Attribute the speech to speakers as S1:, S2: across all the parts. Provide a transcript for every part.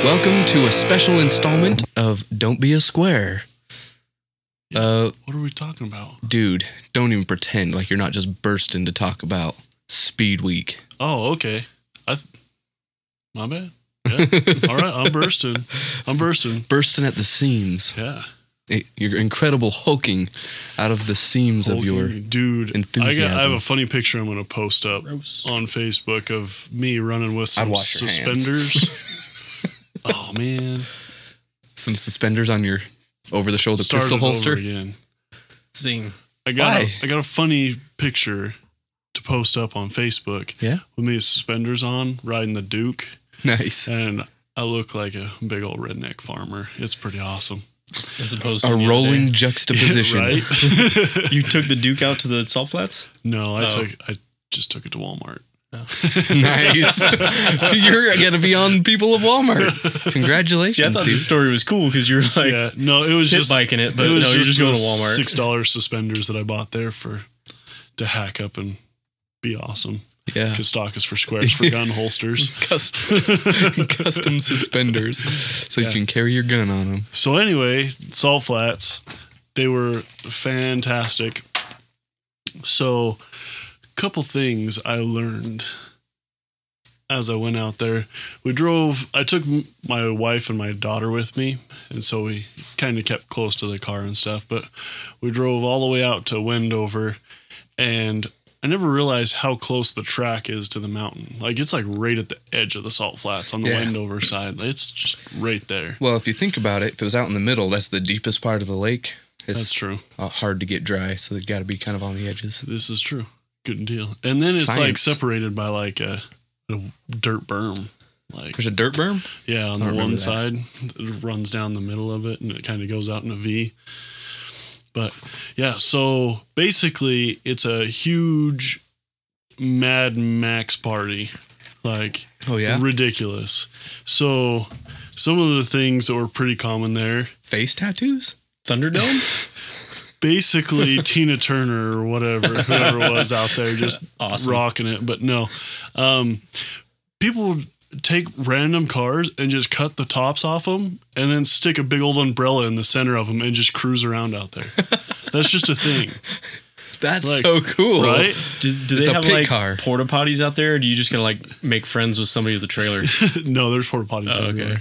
S1: Welcome to a special installment of Don't Be a Square. Uh,
S2: What are we talking about?
S1: dude, don't even pretend like you're not just bursting to talk about Speed Week.
S2: Oh, okay. I th- my bad. Yeah. All right, I'm bursting. I'm bursting.
S1: Bursting at the seams.
S2: Yeah.
S1: Eh, Your incredible hulking out of the seams of
S2: Hulking.
S1: your.
S2: dude I, got, I
S1: enthusiasm.
S2: have a funny picture I'm gonna post up on Facebook of me running with
S1: I'd
S2: some
S1: wash your hands.
S2: suspenders. oh man,
S1: Some suspenders on your over the shoulder
S2: Started
S1: pistol
S2: over
S1: holster.
S2: again.
S3: Zing.
S2: I got
S1: Why?
S2: a, I got a funny picture to post up on Facebook
S1: Yeah.
S2: with me with suspenders on riding the Duke,
S1: Nice.
S2: and I look like a big old redneck farmer. It's pretty awesome.
S3: As opposed to
S1: A
S3: the other
S1: rolling
S3: day.
S1: juxtaposition.
S2: right?
S4: You took the Duke out to the salt flats?
S2: No, I
S3: Oh.
S2: took I just took it to Walmart.
S1: Nice. You're going to be on People of Walmart. Congratulations,
S4: See, I thought
S1: dude.
S4: this story was cool because you were like,
S2: yeah, no, it was
S3: Pit
S2: just
S3: biking it, but
S2: it
S3: no,
S2: was
S3: you're just going to
S2: those
S3: Walmart.
S2: Six dollar suspenders that I bought there for to hack up and be awesome
S1: yeah.
S2: because stock is for squares for gun holsters.
S1: Custom, custom suspenders. So you
S2: Yeah.
S1: can carry your gun on them.
S2: So anyway, salt flats, they were fantastic. So, a couple things I learned as I went out there. We drove. I took m- my wife and my daughter with me, and so we kind of kept close to the car and stuff. But we drove all the way out to Wendover, and I never realized how close the track is to the mountain. Like it's like right at the edge of the salt flats on the
S1: Yeah.
S2: Wendover side. It's just right there.
S1: Well, if you think about it, if it was out in the middle, that's the deepest part of the lake. It's
S2: That's true.
S1: uh, hard to get dry, so they've got to be kind of on the edges.
S2: This is true. Good deal. And then it's like
S1: Science.
S2: separated by like a, a dirt berm. Like
S1: There's a dirt berm.
S2: yeah, on
S1: I
S2: the
S1: remember
S2: one
S1: that.
S2: side, it runs down the middle of it and it kind of goes out in a V. But yeah, so basically it's a huge Mad Max party. Like
S1: Oh yeah,
S2: ridiculous. So some of the things that were pretty common there
S1: face tattoos.
S4: Thunderdome?
S2: basically Tina Turner or whatever, whoever was out there just
S3: Awesome.
S2: rocking it. But no, um, people would take random cars and just cut the tops off them and then stick a big old umbrella in the center of them and just cruise around out there. That's just a thing,
S1: That's
S2: Like,
S1: so cool,
S2: right?
S4: Do, do
S1: It's
S4: they
S1: a
S4: have
S1: pit
S4: like
S1: car.
S4: porta potties out there? Or do you just gotta like make friends with somebody at the trailer?
S2: no, there's porta potties
S4: Oh, okay.
S2: everywhere.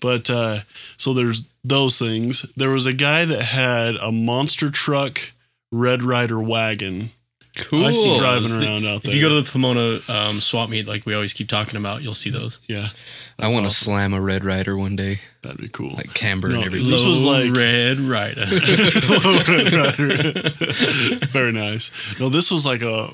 S2: But uh, so there's those things. There was a guy that had a monster truck Red Rider wagon.
S1: Cool.
S4: I've seen
S1: I,
S2: driving
S4: those.
S2: around out
S4: If you go
S2: there.
S4: to the Pomona um, swap meet, like we always keep talking about, you'll see those.
S2: Yeah,
S1: want to
S4: awesome.
S1: slam a Red Rider one day,
S2: that'd be cool.
S1: like camber
S2: No,
S1: and
S2: it
S1: everything.
S2: This was like-
S4: Red Rider.
S2: Very nice. No, this was like a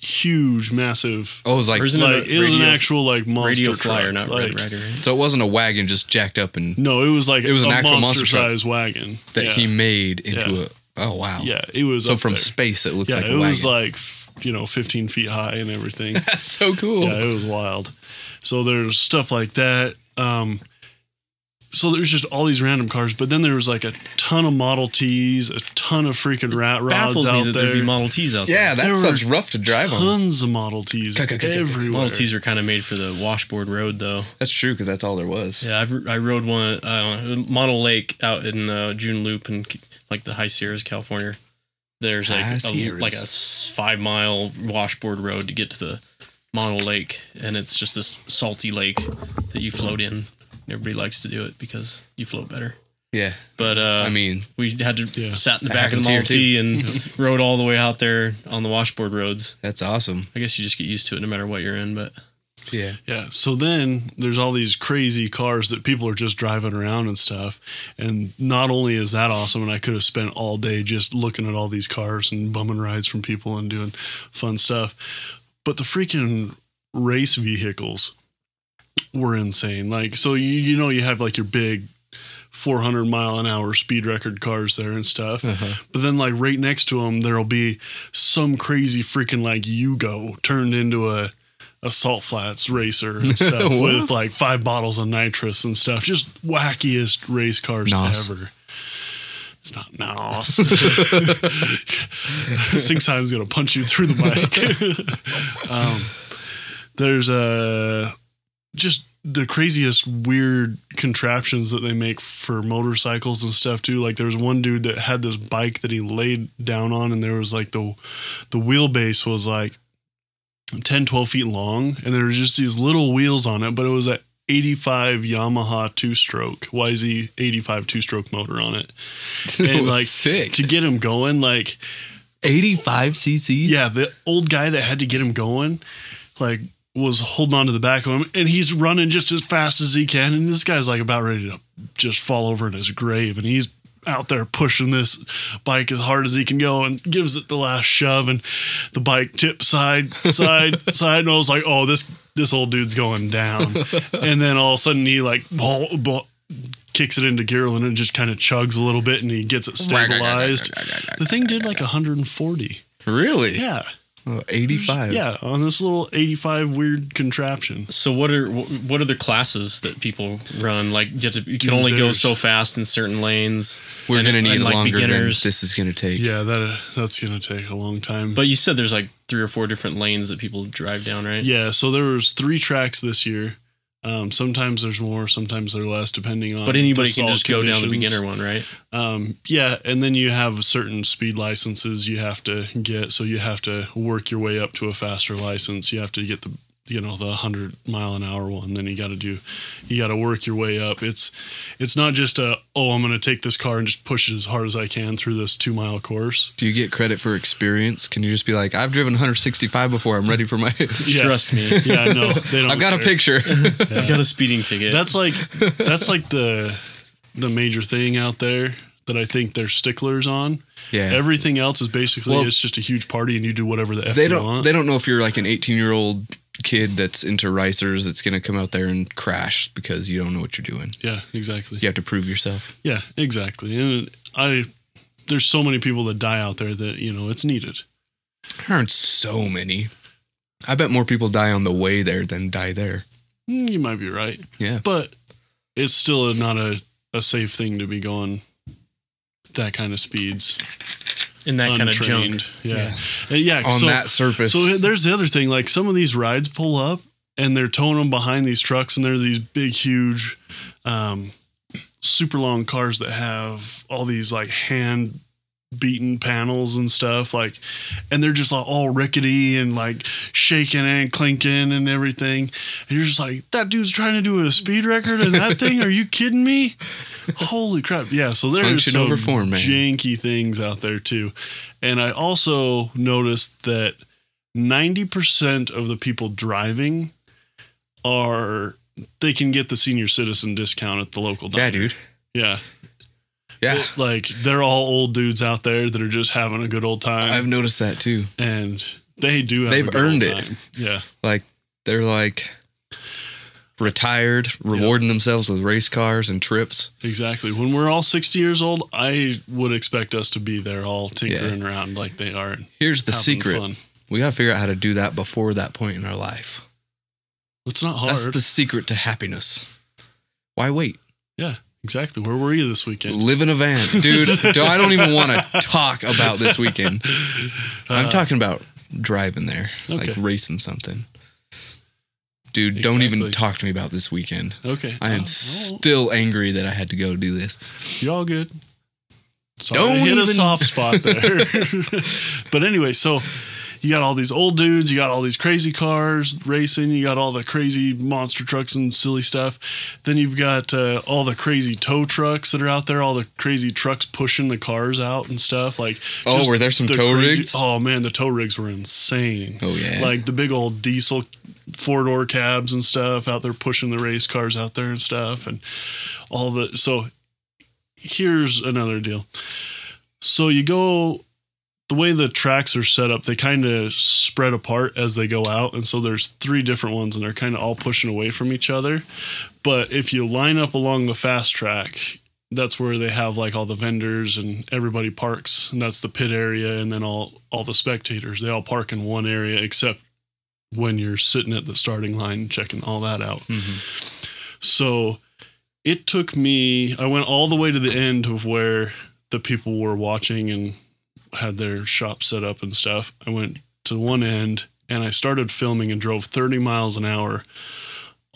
S2: huge, massive.
S1: Oh, it was like
S4: Or isn't
S2: Like
S4: a
S2: it was an
S4: radio-
S2: actual like monster
S4: Radio Flyer,
S2: truck.
S4: not
S2: like,
S4: Red Rider. right?
S1: so. It wasn't a wagon just jacked up and
S2: No, it was like
S1: It was
S2: a
S1: an actual monster
S2: monster
S1: truck
S2: sized wagon
S1: that
S2: yeah.
S1: he made into
S2: Yeah.
S1: a. Oh wow.
S2: Yeah, it was
S1: So
S2: up
S1: from
S2: there.
S1: space, it looks
S2: Yeah,
S1: like a
S2: it
S1: wagon.
S2: was like f- you know 15 feet high and everything.
S1: That's so cool.
S2: Yeah, it was wild. So there's stuff like that. Um, so there's just all these random cars, but then there was like a ton of Model Ts, a ton of freaking rat rods
S4: Baffles me
S2: out
S4: that
S2: there.
S4: there'd be Model Ts out
S1: Yeah, that
S2: There
S1: stuff's
S2: were
S1: rough to drive on.
S2: tons of Model Ts
S4: there.
S2: everywhere.
S4: Model Ts are kind of made for the washboard road, though.
S1: That's true because that's all there was.
S4: Yeah, I've, I rode one, I don't know, Model Lake out in uh, June Loop in like the High Sierras, California. There's like
S1: High
S4: a,
S1: Sierras.
S4: like a s- five mile washboard road to get to the Model Lake, and it's just this salty lake that you float in. Everybody likes to do it because you float better.
S1: Yeah.
S4: But uh,
S1: I mean,
S4: we had to
S2: Yeah.
S4: sat in the
S1: That
S4: back of the
S1: happens here
S4: Model T and rode all the way out there on the washboard roads.
S1: that's awesome.
S4: I guess you just get used to it no matter what you're in, but
S1: Yeah.
S2: Yeah. So then there's all these crazy cars that people are just driving around and stuff. And not only is that awesome, and I could have spent all day just looking at all these cars and bumming rides from people and doing fun stuff, but the freaking race vehicles were insane. Like, so you, you know, you have like your big 400 mile an hour speed record cars there and stuff.
S1: Uh-huh.
S2: But then, like, right next to them, there'll be some crazy freaking like Yugo turned into a a salt flats racer and stuff
S1: What?
S2: with like five bottles of nitrous and stuff. Just wackiest race cars
S1: Nos.
S2: ever. It's not nos. Singsheim's gonna punch you through the mic. um, there's a uh, just the craziest weird contraptions that they make for motorcycles and stuff too. Like there was one dude that had this bike that he laid down on and there was like the the wheelbase was like 10 12 feet long and there was just these little wheels on it, but it was a 85 Yamaha two stroke YZ 85 two stroke motor on it. And like
S1: sick.
S2: to get him going like
S1: 85 cc's.
S2: yeah, the old guy that had to get him going, like, was holding on to the back of him, and he's running just as fast as he can. And this guy's like about ready to just fall over in his grave, and he's out there pushing this bike as hard as he can go and gives it the last shove and the bike tips side side side and I was like oh this this old dude's going down and then all of a sudden he like ball, ball, kicks it into gear and it just kind of chugs a little bit and he gets it stabilized the thing did like 140
S1: Really?
S2: yeah
S1: Well, 85.
S2: yeah, on this little 85 weird contraption.
S4: So what are wh- what are the classes that people run? Like you, have to, you can only go
S2: there's-
S4: so fast in certain lanes.
S1: We're
S4: and-
S1: going to
S4: and,
S1: need
S4: like
S1: longer
S4: beginners.
S1: than this is going to take.
S2: Yeah, that uh, that's going to take a long time.
S4: But you said there's like three or four different lanes that people drive down, right?
S2: yeah, so there was three tracks this year. Um, sometimes there's more, sometimes there less, depending on.
S4: But anybody
S2: the
S4: can
S2: salt
S4: just go down the
S2: conditions.
S4: beginner one, right?
S2: Um, yeah, and then you have certain speed licenses you have to get, so you have to work your way up to a faster license. You have to get the you know the 100 mile an hour one then you got to do you got to work your way up it's it's not just a oh i'm going to take this car and just push it as hard as i can through this two mile course
S1: Do you get credit for experience? Can you just be like, I've driven 165 before. I'm ready for my.
S2: Yeah.
S4: Trust me.
S2: Yeah, no, they don't.
S1: I've got a
S2: care.
S1: picture.
S4: I've got a speeding ticket.
S2: That's like that's like the the major thing out there that I think they're sticklers on.
S1: yeah.
S2: Everything else is basically
S1: Well-
S2: it's just a huge party and you do whatever the f
S1: they
S2: you
S1: don't
S2: want.
S1: they don't know if you're like an 18 year old kid that's into ricers that's going to come out there and crash because you don't know what you're doing
S2: yeah, exactly.
S1: you have to prove yourself
S2: Yeah, exactly. And I there's so many people that die out there that you know it's needed.
S1: there aren't so many i bet more people die on the way there than die there
S2: Mm, You might be right,
S1: yeah
S2: but it's still not a a safe thing to be going that kind of speeds
S4: in that kind of junk.
S2: untrained. Yeah, And yeah.
S1: on
S2: so-
S1: that surface
S2: So there's the other thing. Like some of these rides pull up and they're towing them behind these trucks, and there's these big, huge, um, super long cars that have all these like hand beaten panels and stuff. Like, and they're just like all rickety and like shaking and clinking and everything. And you're just like, that dude's trying to do a speed record in that thing. Are you kidding me? Holy crap! Yeah. So there's
S1: Function
S2: some
S1: over form, man.
S2: janky things out there too. And I also noticed that 90% of the people driving are they can get the senior citizen discount at the local diner.
S1: yeah dude
S2: Yeah.
S1: yeah
S2: Like they're all old dudes out there that are just having a good old time
S1: i've noticed that too
S2: and they do have a
S1: They've
S2: good old
S1: earned it.
S2: time. Yeah.
S1: like they're like retired rewarding themselves with race cars and trips
S2: Exactly. When we're all 60 years old, I would expect us to be there all tinkering around like they are. and
S1: here's the
S2: having
S1: secret
S2: Fun.
S1: we gotta figure out how to do that before that point in our life
S2: It's not hard.
S1: that's the secret to happiness why wait
S2: yeah. Exactly. Where were you this weekend?
S1: Live in a van, dude. do- I don't even want to talk about this weekend. I'm talking about driving there, like
S2: Uh, okay.
S1: racing something. Dude, don't even
S2: Exactly.
S1: talk to me about this weekend.
S2: Okay.
S1: I am
S2: Oh, oh.
S1: still angry that I had to go do this.
S2: You all good? Sorry,
S1: Don't
S2: I hit
S1: even-
S2: a soft spot there. but anyway, so you got all these old dudes, you got all these crazy cars racing, you got all the crazy monster trucks and silly stuff. Then you've got uh, all the crazy tow trucks that are out there, all the crazy trucks pushing the cars out and stuff. Like,
S1: Oh,
S2: just
S1: were there some
S2: the
S1: tow
S2: crazy-
S1: rigs?
S2: Oh man, the tow rigs were insane.
S1: Oh, yeah.
S2: like the big old diesel four door cabs and stuff out there pushing the race cars out there and stuff, and all the so here's another deal. So you go the way the tracks are set up, they kind of spread apart as they go out, and so there's three different ones, and they're kind of all pushing away from each other. But if you line up along the fast track, that's where they have like all the vendors and everybody parks, and that's the pit area, and then all all the spectators they all park in one area except when you're sitting at the starting line checking all that out. So it took me i went all the way to the end of where the people were watching and had their shop set up and stuff i went to one end and i started filming and drove 30 miles an hour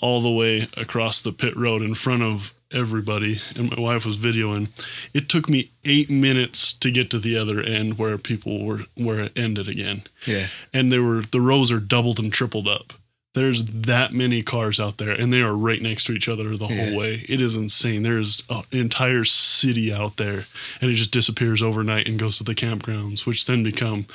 S2: all the way across the pit road in front of everybody, and my wife was videoing. It took me eight minutes to get to the other end where people were where it ended again
S1: Yeah.
S2: and they were the rows are doubled and tripled up. There's that many cars out there, and they are right next to each other the
S1: Yeah.
S2: whole way. It is insane. There's an entire city out there, and it just disappears overnight and goes to the campgrounds, which then become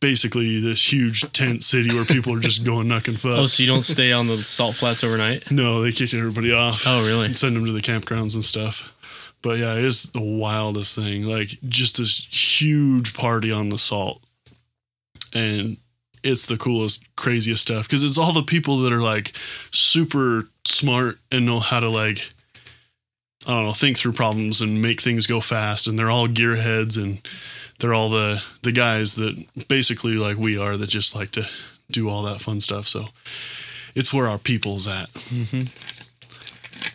S2: basically this huge tent city where people are just going nuck and fuck.
S4: Oh, so you don't stay on the salt flats overnight?
S2: no, they kick everybody off
S4: Oh, really?
S2: and send them to the campgrounds and stuff. But yeah, it's the wildest thing. Like just this huge party on the salt. And it's the coolest, craziest stuff because it's all the people that are like super smart and know how to like I don't know, think through problems and make things go fast and they're all gearheads and they're all the the guys that basically like we are that just like to do all that fun stuff. So it's where our people's at.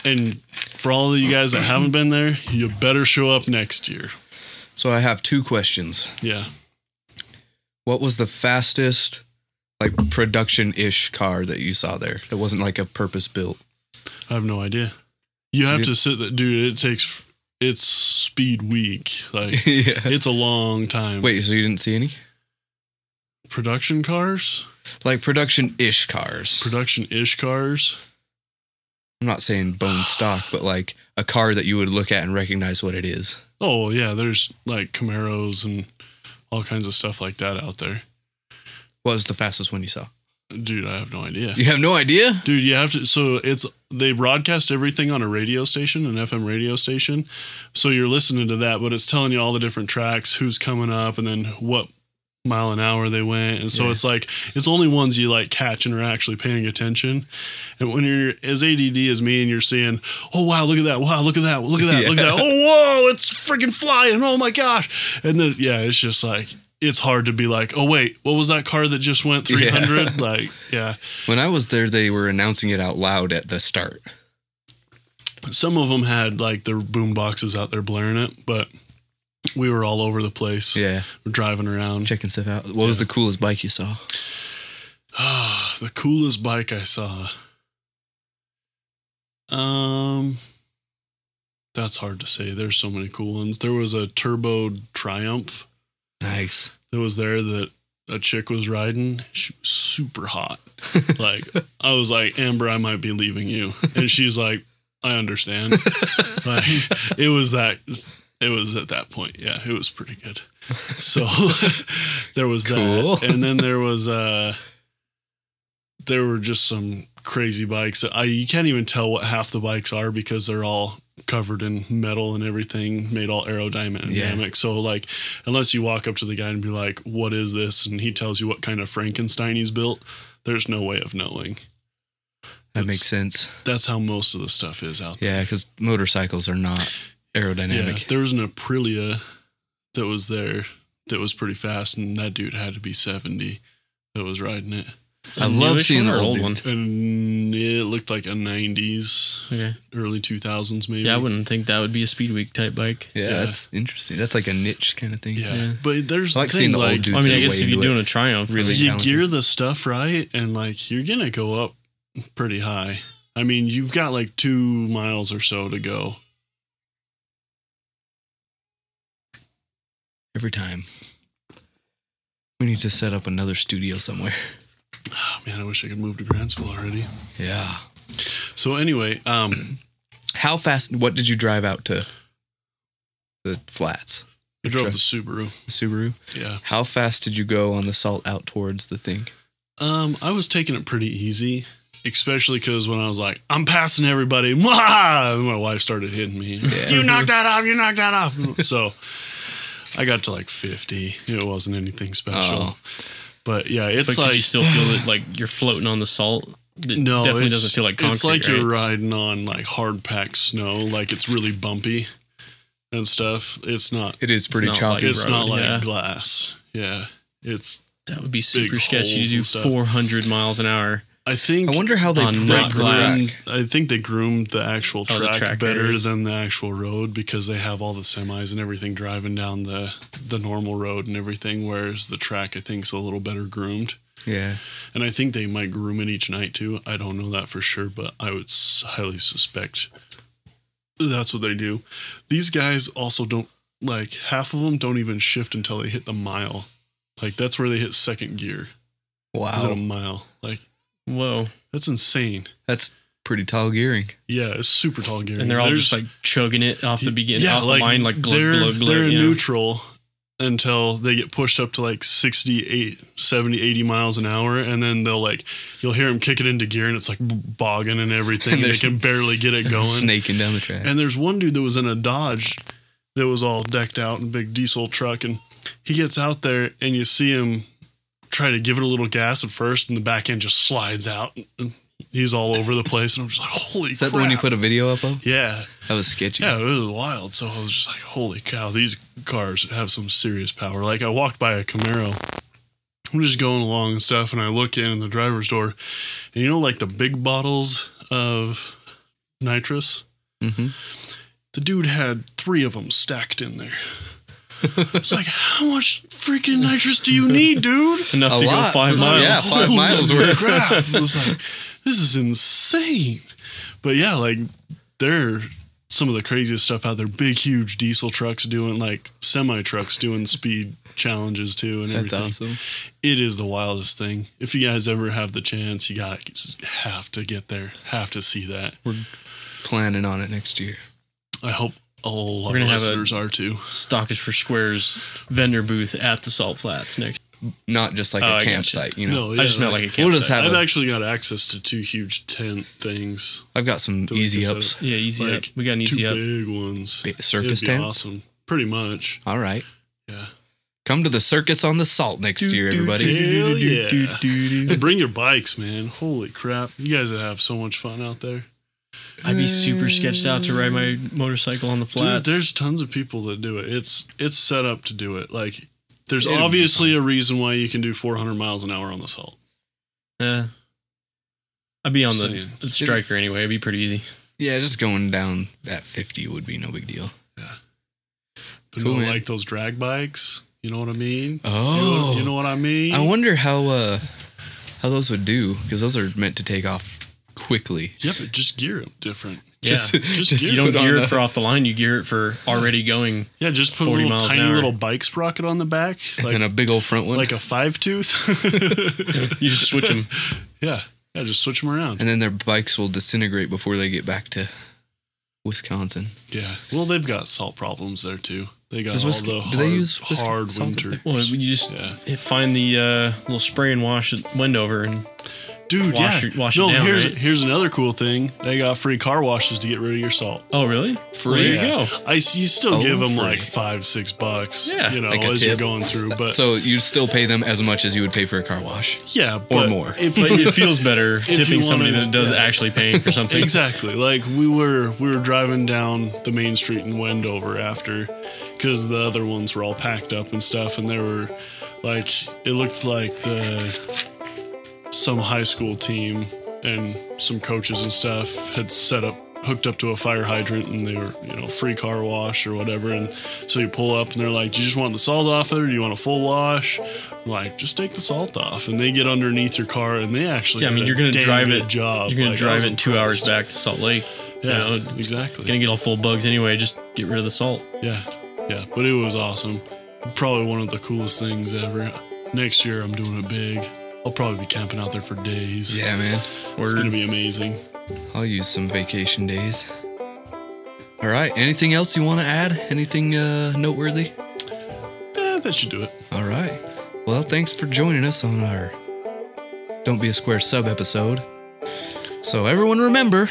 S2: And for all of you guys that haven't been there, you better show up next year.
S1: So I have two questions.
S2: Yeah.
S1: What was the fastest, like production ish car that you saw there that wasn't like a purpose built?
S2: I have no idea. You have
S1: Dude.
S2: to sit that dude, it takes it's speed week. Like
S1: yeah.
S2: it's a long time.
S1: Wait, so you didn't see any?
S2: Production cars?
S1: Like production ish cars.
S2: Production ish cars.
S1: I'm not saying bone stock, but like a car that you would look at and recognize what it is.
S2: Oh yeah, there's like Camaros and all kinds of stuff like that out there.
S1: What was the fastest one you saw?
S2: Dude, I have no idea.
S1: You have no idea?
S2: Dude, you have to. So it's they broadcast everything on a radio station, an FM radio station. So you're listening to that, but it's telling you all the different tracks, who's coming up, and then what mile an hour they went. And so
S1: Yeah.
S2: it's like it's only ones you like catch and are actually paying attention. And when you're as ADD as me, and you're seeing, oh wow, look at that, wow, look at that, look at that, look at that, oh whoa, it's freaking flying, oh my gosh, and then yeah, it's just like. It's hard to be like, oh wait, what was that car that just went
S1: Yeah.
S2: 300? Like, yeah.
S1: When I was there, they were announcing it out loud at the start.
S2: some of them had like their boom boxes out there blaring it, but we were all over the place.
S1: Yeah.
S2: We're driving around.
S1: Checking stuff out. What was the coolest bike you saw?
S2: the coolest bike I saw. Um, that's hard to say. There's so many cool ones. There was a turbo Triumph
S1: Nice.
S2: that was there that a chick was riding. She was super hot. Like I was like, Amber, I might be leaving you, and she's like, I understand. like it was that. It was at that point. Yeah, it was pretty good. So there was
S1: Cool.
S2: that, and then there was uh, there were just some crazy bikes. that I you can't even tell what half the bikes are because they're all covered in metal and everything, made all aerodynamic.
S1: Yeah.
S2: So like, unless you walk up to the guy and be like, "What is this?" and he tells you what kind of Frankenstein he's built, there's no way of knowing.
S1: That
S2: That's-
S1: makes sense.
S2: That's how most of the stuff is out
S1: Yeah, because motorcycles are not
S2: Yeah,
S1: aerodynamic.
S2: there was an Aprilia that was there that was pretty fast, and that dude had to be 70 that was riding it.
S1: I love
S4: Newish
S1: seeing
S4: one
S1: the
S4: or
S1: old, one.
S2: And it looked like a 90s,
S4: Okay.
S2: early 2000s, maybe.
S4: Yeah, I wouldn't think that would be a speed week type bike.
S1: Yeah,
S2: Yeah.
S1: that's interesting. That's like a niche kind of thing.
S2: Yeah.
S4: Yeah.
S2: But there's
S1: I
S2: like
S1: like
S2: the
S1: seeing
S2: thing,
S1: the old
S2: like,
S1: dudes.
S4: I mean,
S1: that
S4: I
S1: are
S4: guys,
S1: way
S4: if you're
S1: into it.
S4: doing a Triumph,
S1: Really
S2: you
S1: talented.
S2: gear the stuff right, and like you're going to go up pretty high. I mean, you've got like two miles or so to go.
S1: every time. We need to set up another studio somewhere.
S2: Oh, man, I wish I could move to Grantsville already.
S1: Yeah.
S2: So, anyway, um,
S1: How fast? What did you drive out to? The flats,
S2: I drove the
S1: Drive-
S2: Subaru.
S1: the Subaru.
S2: Yeah.
S1: How fast did you go on the salt out towards the thing?
S2: Um, I was taking it pretty easy, especially because when I was like, "I'm passing everybody," Mwah! And my wife started hitting me.
S1: Yeah.
S2: You knocked that off. You knocked that off. so I got to like 50. It wasn't anything special,
S1: Oh.
S2: but yeah, it's
S4: But like,
S2: like
S4: did you still feel that like you're floating on the salt? It
S2: no,
S4: definitely
S2: it's-
S4: doesn't feel like concrete.
S2: It's like
S4: right?
S2: you're riding on like hard packed snow. Like it's really bumpy and stuff. It's not.
S1: It is pretty
S4: not
S1: choppy.
S4: like-
S2: It's not
S4: road,
S2: like
S4: yeah.
S2: glass. Yeah, it's.
S4: That would be super
S2: big
S4: sketchy
S2: holes
S4: to do
S2: and stuff.
S4: 400 miles an hour.
S2: I think.
S1: I wonder how they
S4: On
S1: prep
S4: not
S1: the
S4: glass.
S1: track.
S2: I think they groomed the actual
S4: Oh,
S2: track,
S4: the track
S2: better
S4: areas.
S2: than the actual road because they have all the semis and everything driving down the the normal road and everything. Whereas the track, I think, is a little better groomed.
S1: Yeah.
S2: And I think they might groom it each night too. I don't know that for sure, but I would s- highly suspect that's what they do. These guys also don't like half of them don't even shift until they hit the mile. Like that's where they hit second gear. Is it
S1: Wow.
S2: a mile? Like
S4: Whoa.
S2: that's insane.
S1: That's pretty tall gearing.
S2: Yeah, it's super tall gear.
S4: And they're all
S2: There's-
S4: just like chugging it off the beginning, off the line, like glug,
S2: they're,
S4: glug, glug.
S2: they're
S4: yeah.
S2: neutral until they get pushed up to like 68 70 80 miles an hour and then they'll like you'll hear them kick it into gear and it's like bogging and everything
S1: And
S2: and, they
S1: there's
S2: can barely get it going
S1: Snaking down the track.
S2: and there's one dude that was in a dodge that was all decked out in a big diesel truck and he gets out there and you see him try to give it a little gas at first and the back end just slides out and he's all over the place and i'm just like holy
S1: Is that the one you
S2: crap.
S1: put a video up of?
S2: yeah
S1: That was sketchy.
S2: yeah, it was wild. So I was just like, holy cow, these cars have some serious power. Like I walked by a Camaro. I'm just going along and stuff, and I look in the driver's door, and you know, like the big bottles of nitrous.
S1: hmm
S2: The dude had three of them stacked in there. it's like, how much freaking nitrous do you need, dude?
S4: enough
S1: A
S4: to
S1: lot. Oh,
S4: go Oh, five
S1: Yeah,
S4: miles.
S1: five
S2: Holy
S1: miles worth.
S2: Crap. I was like, this is insane. But yeah, like they're some of the craziest stuff out there. Big, huge diesel trucks doing like semi trucks doing speed challenges too, and
S1: That's
S2: everything.
S1: awesome.
S2: It is the wildest thing. If you guys ever have the chance, you got to have to get there, have to see that.
S1: Planning on it next year.
S2: I hope a lot
S4: We're
S2: of
S4: gonna have a-
S2: listeners are too.
S4: Stock is for Squares vendor booth at the Salt Flats next.
S1: Not just like
S4: Oh,
S1: a
S4: I gotcha.
S1: campsite, you know.
S2: no,
S4: I just meant like a campsite.
S1: We'll just have
S2: I've
S1: a-
S2: actually got access to two huge tent things,
S1: I've got some
S2: Do we
S1: easy
S2: consider-
S1: ups.
S4: yeah, easy
S2: like,
S4: up. We got an
S2: two
S4: easy up.
S2: big ones.
S1: Bi- Circus
S2: It'd be
S1: dance.
S2: Awesome. Pretty much.
S1: All right.
S2: Yeah.
S1: Come to the circus on the salt next year, everybody.
S2: Hell yeah.
S4: do.
S2: And bring your bikes, man. Holy crap. You guys would have so much fun out there.
S4: I'd be super sketched out to ride my motorcycle on the
S2: Dude,
S4: flats.
S2: there's tons of people that do it. It's it's set up to do it. Like there's
S1: It'll be
S2: obviously a reason why you can do 400 miles an hour on the salt.
S4: yeah. I'd be on the,
S2: Saying.
S4: the striker anyway. It'd be pretty easy.
S1: Yeah, just going down that 50 would be no big deal.
S2: But
S1: Cool,
S2: no,
S1: man.
S2: like those drag bikes. You know what I mean? You know-
S1: Oh.
S2: You, know, what I mean?
S1: I wonder how uh how those would do because those are meant to take off quickly.
S2: yeah, but just gear them different.
S4: Yeah.
S2: just
S4: you don't
S1: put on
S4: gear it
S1: a-
S4: for off the line. You gear it for already going.
S2: Yeah, just put a
S4: 40
S2: little
S4: miles an
S2: tiny
S4: hour.
S2: little bike sprocket on the back, like
S1: and a big old front one.
S2: like a five tooth.
S4: You just switch them.
S2: yeah, yeah, just switch them around.
S1: and then their bikes will disintegrate before they get back to Wisconsin.
S2: Yeah. Well, they've got salt problems there too. They got
S1: Does
S2: all
S1: Wisco-
S2: the hard,
S1: do they use Wisco-
S2: hard
S1: salt up
S2: winter.
S4: Well, you just
S2: Yeah.
S4: find the uh, little spray and wash it Wendover and
S2: Dude,
S4: Wash
S2: yeah.
S4: it- wash it
S2: no,
S4: down,
S2: here's
S4: right?
S2: here's another cool thing. They got free car washes to get rid of your salt.
S4: oh really? Free?
S2: Yeah.
S4: there you go.
S2: I s- you still
S1: Oh,
S2: give them
S1: free.
S2: like five six bucks.
S4: Yeah,
S2: you know
S1: like a
S2: as you're
S1: tip.
S2: going through, but
S1: So you'd still pay them as much as you would pay for a car wash.
S2: yeah, but
S1: more.
S2: If
S4: But
S2: you,
S4: it feels better
S2: you
S4: tipping somebody
S2: wanna-
S4: than it does
S2: yeah.
S4: actually paying for something.
S2: exactly. Like we were we were driving down the main street in Wendover after because the other ones were all packed up and stuff, and there were like it looked like the some high school team and some coaches and stuff had set up hooked up to a fire hydrant and they were you know free car wash or whatever and so you pull up and they're like do you just want the salt off it or do you want a full wash I'm like just take the salt off and they get underneath your car and they actually
S4: Yeah, I
S2: did
S4: mean
S2: a
S4: you're gonna
S2: damn
S4: drive
S2: good
S4: it.
S2: job
S4: You're gonna
S2: Like, I
S4: drive
S2: was
S4: it two hours
S2: impressed.
S4: back to Salt Lake.
S2: Yeah,
S4: you know, it's
S2: exactly.
S4: gonna get all full of bugs anyway. Just get rid of the salt.
S2: yeah, yeah. But it was awesome. Probably one of the coolest things ever. Next year, I'm doing it big. I'll probably be camping out there for days.
S1: Yeah, man.
S2: It's gonna
S4: Word.
S2: be amazing.
S1: I'll use some vacation days. All right. Anything else you want to add? Anything uh, noteworthy?
S2: Eh, that should do it.
S1: All right. Well, thanks for joining us on our Don't Be a Square sub episode. So, everyone remember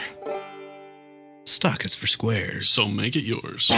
S1: stock is for squares.
S2: So make it yours.